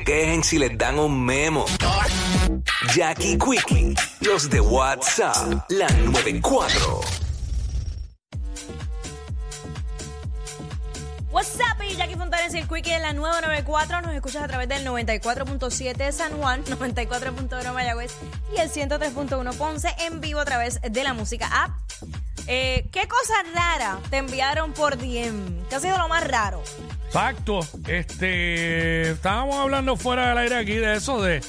quejen si les dan un memo. Jackie Quickie, los de WhatsApp, la 94. What's up, y Jackie Fontanes y el Quickie en la 994. Nos escuchas a través del 94.7 de San Juan, 94.1 Mayagüez y el 103.1 Ponce en vivo a través de la música app. Eh, ¿Qué cosa rara te enviaron por DM? ¿Qué ha sido lo más raro? Facto. Este, estábamos hablando fuera del aire aquí de eso de,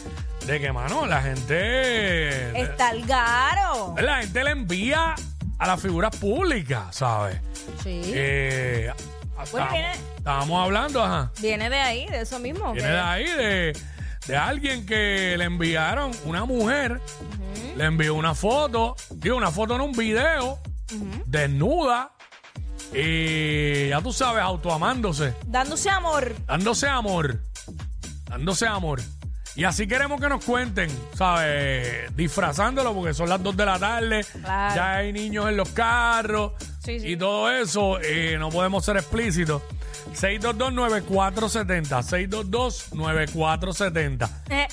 de que, mano, la gente. Está el garo. La gente le envía a las figuras públicas, ¿sabes? Sí. Eh, estábamos- tiene- estábamos hablando, ajá. Viene de ahí, de eso mismo. Viene que- de ahí de, de alguien que le enviaron una mujer, le envió una foto, digo, una foto en un video, desnuda, y ya tú sabes, autoamándose, Dándose amor. dándose amor, dándose amor. Y así queremos que nos cuenten, ¿sabes? Disfrazándolo porque son las 2 de la tarde, Claro. ya hay niños en los carros Sí, sí. y todo eso, eh, no podemos ser explícitos. 622-9470, 622-9470. Eh,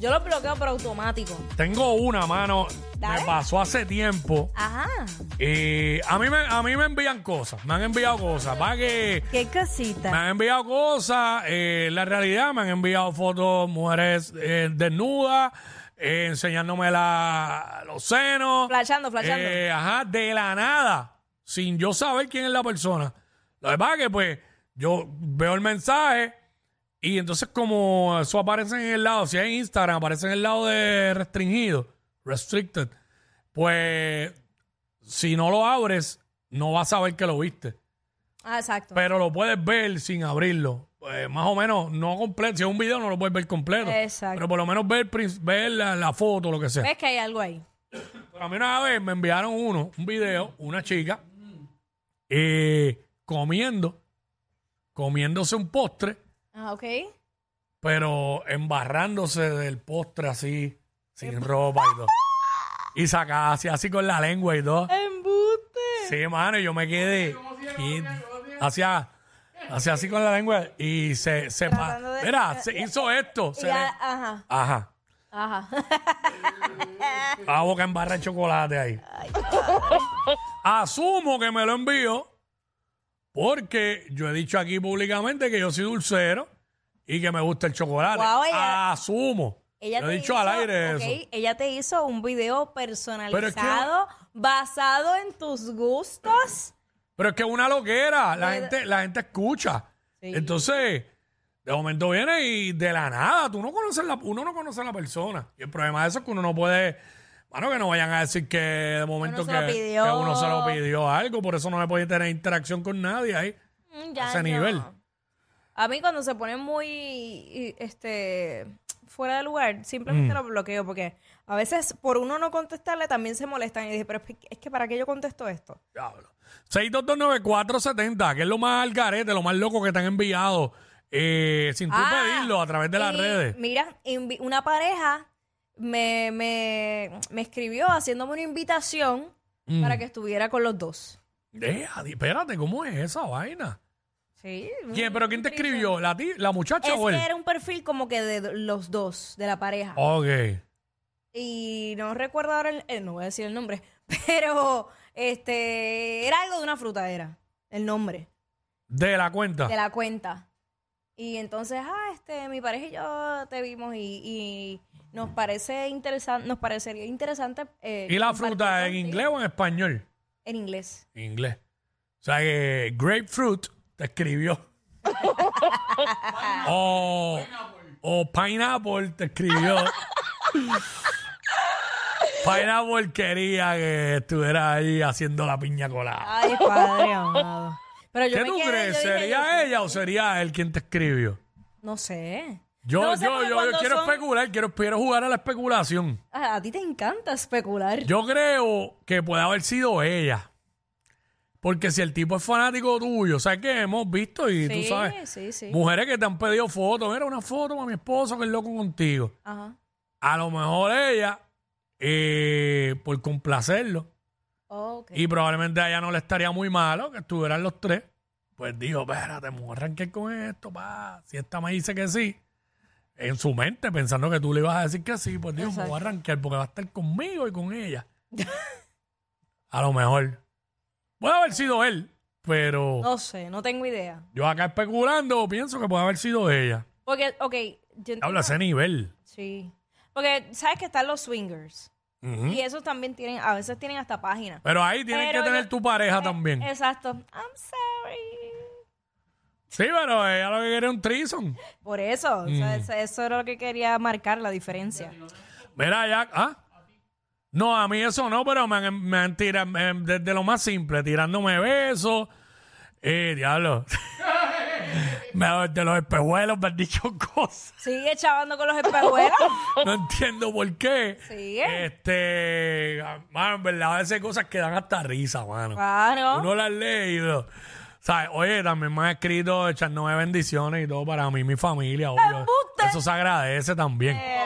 Yo lo bloqueo por automático. Tengo una, mano, Dale. me pasó hace tiempo. Ajá. y a, mí me, a mí me envían cosas, me han enviado cosas. Va que Qué cosita. me han enviado cosas, eh, la realidad, me han enviado fotos mujeres eh, desnudas, eh, enseñándome la, los senos. Flashando, flashando. Eh, ajá, de la nada, sin yo saber quién es la persona. Lo que pasa es que, pues, yo veo el mensaje y entonces, como eso aparece en el lado, si es en Instagram, aparece en el lado de restringido, restricted, pues, si no lo abres, no vas a saber que lo viste. Ah, exacto. Pero lo puedes ver sin abrirlo. Eh, más o menos, no completo. Si es un video, no lo puedes ver completo. Exacto. Pero por lo menos ver, prin- ver la, la foto, lo que sea. ¿Ves que hay algo ahí? Pero a mí una vez me enviaron uno, un video, una chica eh, comiendo, comiéndose un postre, Ah, ok. pero embarrándose del postre así, sin ropa y todo. Y sacaba así, así con la lengua y todo. ¡Embuste! Sí, mano, y yo me quedé. quieto. Hacía, hacía así con la lengua y se, se pa- Tratando de- Mira, se hizo esto. se Y le- a- ajá, Ajá. ajá. La boca en barra de chocolate ahí. Asumo que me lo envío porque yo he dicho aquí públicamente que yo soy dulcero y que me gusta el chocolate. Guau, ella- Asumo. Ella lo he te dicho hizo- al aire ok, eso. Ella te hizo un video Pero es personalizado que- basado en tus gustos. Pero es que es una loquera. La, Pero- gente, la gente escucha. Sí. Entonces, de momento viene y de la nada, tú no conoces la, uno no conoce a la persona. Y el problema de eso es que uno no puede. Bueno, que no vayan a decir que de momento se que, lo pidió. que uno se lo pidió algo, por eso no se puede tener interacción con nadie ahí. Mm, ya Ese no. nivel. A mí cuando se pone muy este fuera de lugar, Mm. simplemente lo bloqueo porque a veces por uno no contestarle también se molestan y dije, pero es que, es que ¿para qué yo contesto esto? Diablo. 6229470, que es lo más al garete, lo más loco que te han enviado eh, sin tú Ah, pedirlo a través de las y redes. Mira, invi- una pareja me, me, me escribió haciéndome una invitación Mm. para que estuviera con los dos. Deja, di- espérate, ¿cómo es esa vaina? Sí. ¿Quién, ¿Pero quién te escribió? ¿La, ti- la muchacha Es o él? que era un perfil como que de do- los dos, de la pareja. Oh. Ok. Y no recuerdo ahora, el, eh, no voy a decir el nombre, pero este era algo de una fruta, era el nombre De la cuenta. de la cuenta. Y entonces, ah, este, mi pareja y yo te vimos y, y nos parece interesante, nos parecería interesante. eh, ¿Y la compartir fruta en contigo. inglés o en español? En inglés. En inglés. O sea que grapefruit te escribió. o, o pineapple te escribió. pineapple quería que estuviera ahí haciendo la piña colada. Ay, padre amado. Pero Ah, yo ¿Qué me tú quedé, crees? yo dije, ¿Sería yo- ella o sería él quien te escribió? No sé. Yo, No sé, yo, porque yo, yo cuando quiero son- especular, quiero, quiero jugar a la especulación. Ah, a ti te encanta especular. Yo creo que puede haber sido ella. Porque si el tipo es fanático tuyo, ¿sabes qué? Hemos visto y sí, tú sabes. sí, sí. Mujeres que te han pedido fotos. Mira, una foto para mi esposo que es loco contigo. Ajá. A lo mejor ella, eh, por complacerlo, Ok. y probablemente a ella no le estaría muy malo que estuvieran los tres, pues dijo, espérate, me voy a arrancar con esto, pa. Si esta me dice que sí, en su mente pensando que tú le ibas a decir que sí, pues Dios, me voy a arrancar porque va a estar conmigo y con ella. a lo mejor. Puede haber sido él, pero No sé, no tengo idea. yo acá especulando pienso que puede haber sido ella. Porque, ok, yo entiendo- Habla ese nivel. Sí. Porque sabes que están los swingers. Ujú. Y esos también tienen, a veces tienen hasta página. Pero ahí tienes Pero que tener yo- tu pareja Ah, también. Exacto. I'm sorry. Sí, pero ella lo que quería era un trison. Por eso, o Mm. sea, eso, eso era lo que quería marcar la diferencia. Mira, ya. ¿Ah? No, a mí eso no, pero me han, me han tirado me- desde lo más simple, tirándome besos. Eh, diablo. me, de los espejuelos me han dicho cosas. Sigue chavando con los espejuelos. No entiendo por qué. Sigue. Este. ah, Mano, en verdad, a veces hay cosas que dan hasta risa, mano. Claro. Uno las lee y. lo- ¿sabes? Oye, también me han escrito echándome bendiciones y todo para mí y mi familia, obvio. ¡Embuste! Eso se agradece también. Eh,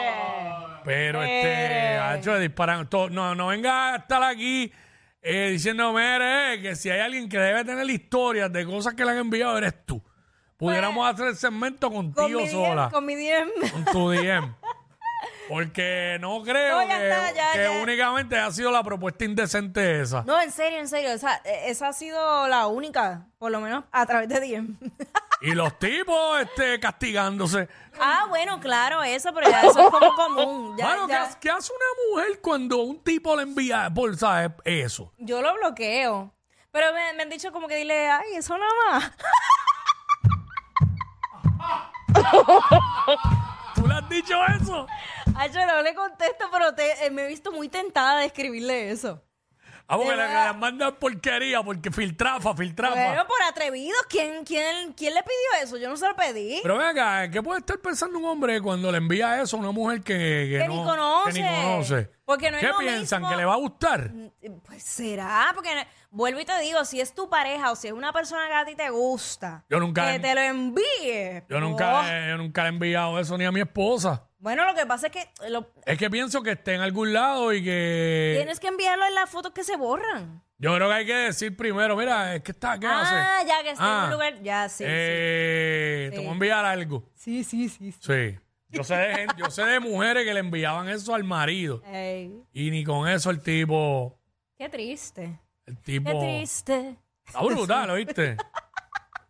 Pero este, Mire. hacho, disparan todo. No, no venga a estar aquí eh, diciendo, mire, eh, que si hay alguien que debe tener historias de cosas que le han enviado, eres tú. Pudiéramos hacer el segmento Pues, Con contigo mi, DM, sola, con mi DM. con tu DM. Porque no creo No, ya que, está, ya, que ya. únicamente ha sido la propuesta indecente esa. No, en serio, en serio. Esa, esa ha sido la única, por lo menos a través de DM. Y los tipos este, castigándose. ah, bueno, claro, eso, pero ya eso es como común. Ya, Mano, ¿qué, ya. hace- qué hace una mujer cuando un tipo le envía, por, ¿sabes? Eso. Yo lo bloqueo. Pero me, me han dicho como que dile, ay, eso nada más. ¿Tú le has dicho eso? Ay, yo no le contesto, pero te- eh, me he visto muy tentada de escribirle eso. Ah, porque la que verdad. las mandan porquería, porque filtrafa, filtrafa. Bueno, por atrevidos, ¿quién, quién, ¿quién le pidió eso? Yo no se lo pedí. Pero ven acá, ¿en qué puede estar pensando un hombre cuando le envía eso a una mujer que, que Que no, ni conoce. que ni conoce? Porque no es ¿Qué lo piensan? mismo- ¿Que le va a gustar? Eh, Pues será, porque eh, vuelvo y te digo, si es tu pareja o si es una persona que a ti te gusta, Yo nunca- que te lo envíe. Yo nunca, Oh. le- yo nunca le he enviado eso ni a mi esposa. Bueno, lo que pasa es que lo- Es que pienso que esté en algún lado y que... tienes que enviarlo en las fotos que se borran. Yo creo que hay que decir primero, mira, es que está, ¿qué hace? Ah, ya que esté en Ah. un lugar. Ya, sí. Eh, Te voy a enviar algo. Sí, sí, sí. sí. Sí. Yo sé, de gente- yo sé de mujeres que le enviaban eso al marido Ey, y ni con eso el tipo... qué triste. El Qué tipo... triste. Está brutal, ¿oíste?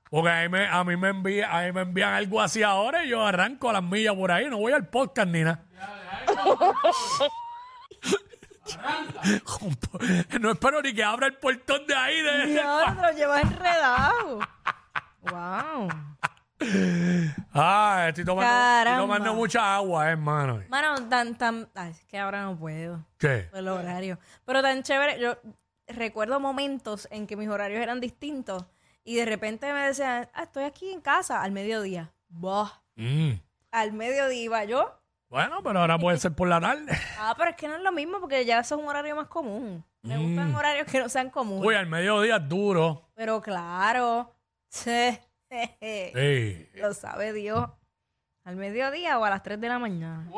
Porque a mí, me, a, mí me envía, a mí me envían algo así ahora y yo arranco a las millas por ahí. No voy al podcast ni nada. no espero ni que abra el portón de ahí. Y De... ahora te lo llevas enredado. wow. Ah, estoy tomando, estoy Caramba. tomando mucha agua, eh, hermano. Mano, tan, tan. Ay, es que ahora no puedo. ¿Qué? por el horario. Pero tan chévere. Yo recuerdo momentos en que mis horarios eran distintos y de repente me decían, ah, estoy aquí en casa al mediodía. Bah, Mm. al mediodía iba yo. Bueno, pero ahora puede ser por la tarde. Ah, pero es que no es lo mismo porque ya eso es un horario más común. Me gustan horarios que no sean comunes. Uy, al mediodía es duro. Pero claro, sí, jeje, Sí. lo sabe Dios. Al mediodía o a las 3 de la mañana.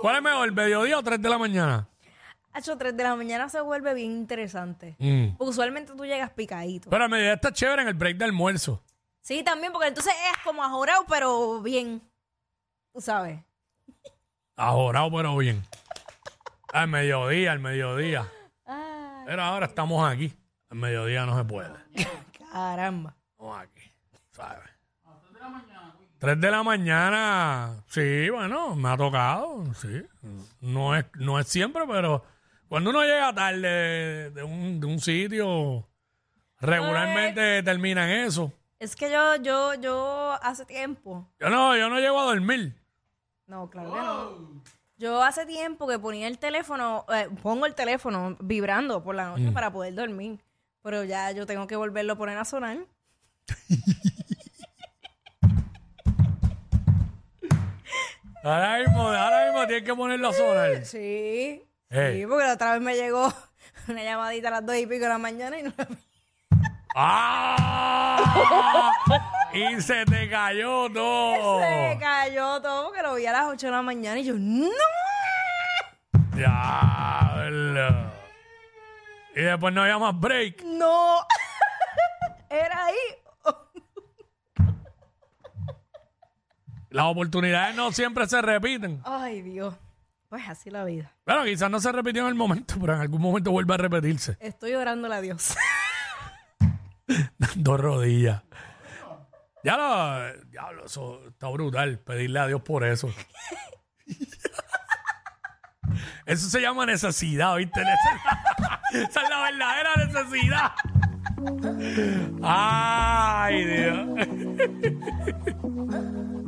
¿Cuál es mejor, el mediodía o 3 de la mañana? A 3 Ah, de la mañana se vuelve bien interesante. Mm. Porque Usualmente tú llegas picadito. Pero al mediodía está chévere en el break de almuerzo. Sí, también, porque entonces es como ajorado, pero bien. Tú sabes. Ajorado, pero bien. Al mediodía, al mediodía. Pero ahora estamos aquí. Al mediodía no se puede. Caramba. Estamos aquí, ¿sabes? Tres de la mañana, sí, bueno, me ha tocado, sí. No es, no es siempre, pero cuando uno llega tarde de un, de un sitio, regularmente terminan eso. Es que yo, yo, yo hace tiempo. Yo no, yo no llego a dormir. No, claro que no. Yo hace tiempo que ponía el teléfono, eh, pongo el teléfono vibrando por la noche para poder dormir. Pero ya yo tengo que volverlo a poner a sonar. Ahora mismo, ahora mismo tienes que ponerlo a sonar. Sí. Ey. Sí, porque la otra vez me llegó una llamadita a las dos y pico de la mañana y no la vi. ¡Ah! y se te cayó todo. Se cayó todo porque lo vi a las 8 de la mañana y yo, ¡no! Diablo. Y después no había más break. No. Era ahí. Las oportunidades no siempre se repiten. Ay, Dios. Pues así la vida. Bueno, quizás no se repitió en el momento, pero en algún momento vuelve a repetirse. Estoy orándole a Dios. Dos rodillas. Ya lo, diablo, eso está brutal, pedirle a Dios por eso. Eso se llama necesidad, ¿viste? Necesidad. Esa es la verdadera necesidad. Ay, Dios.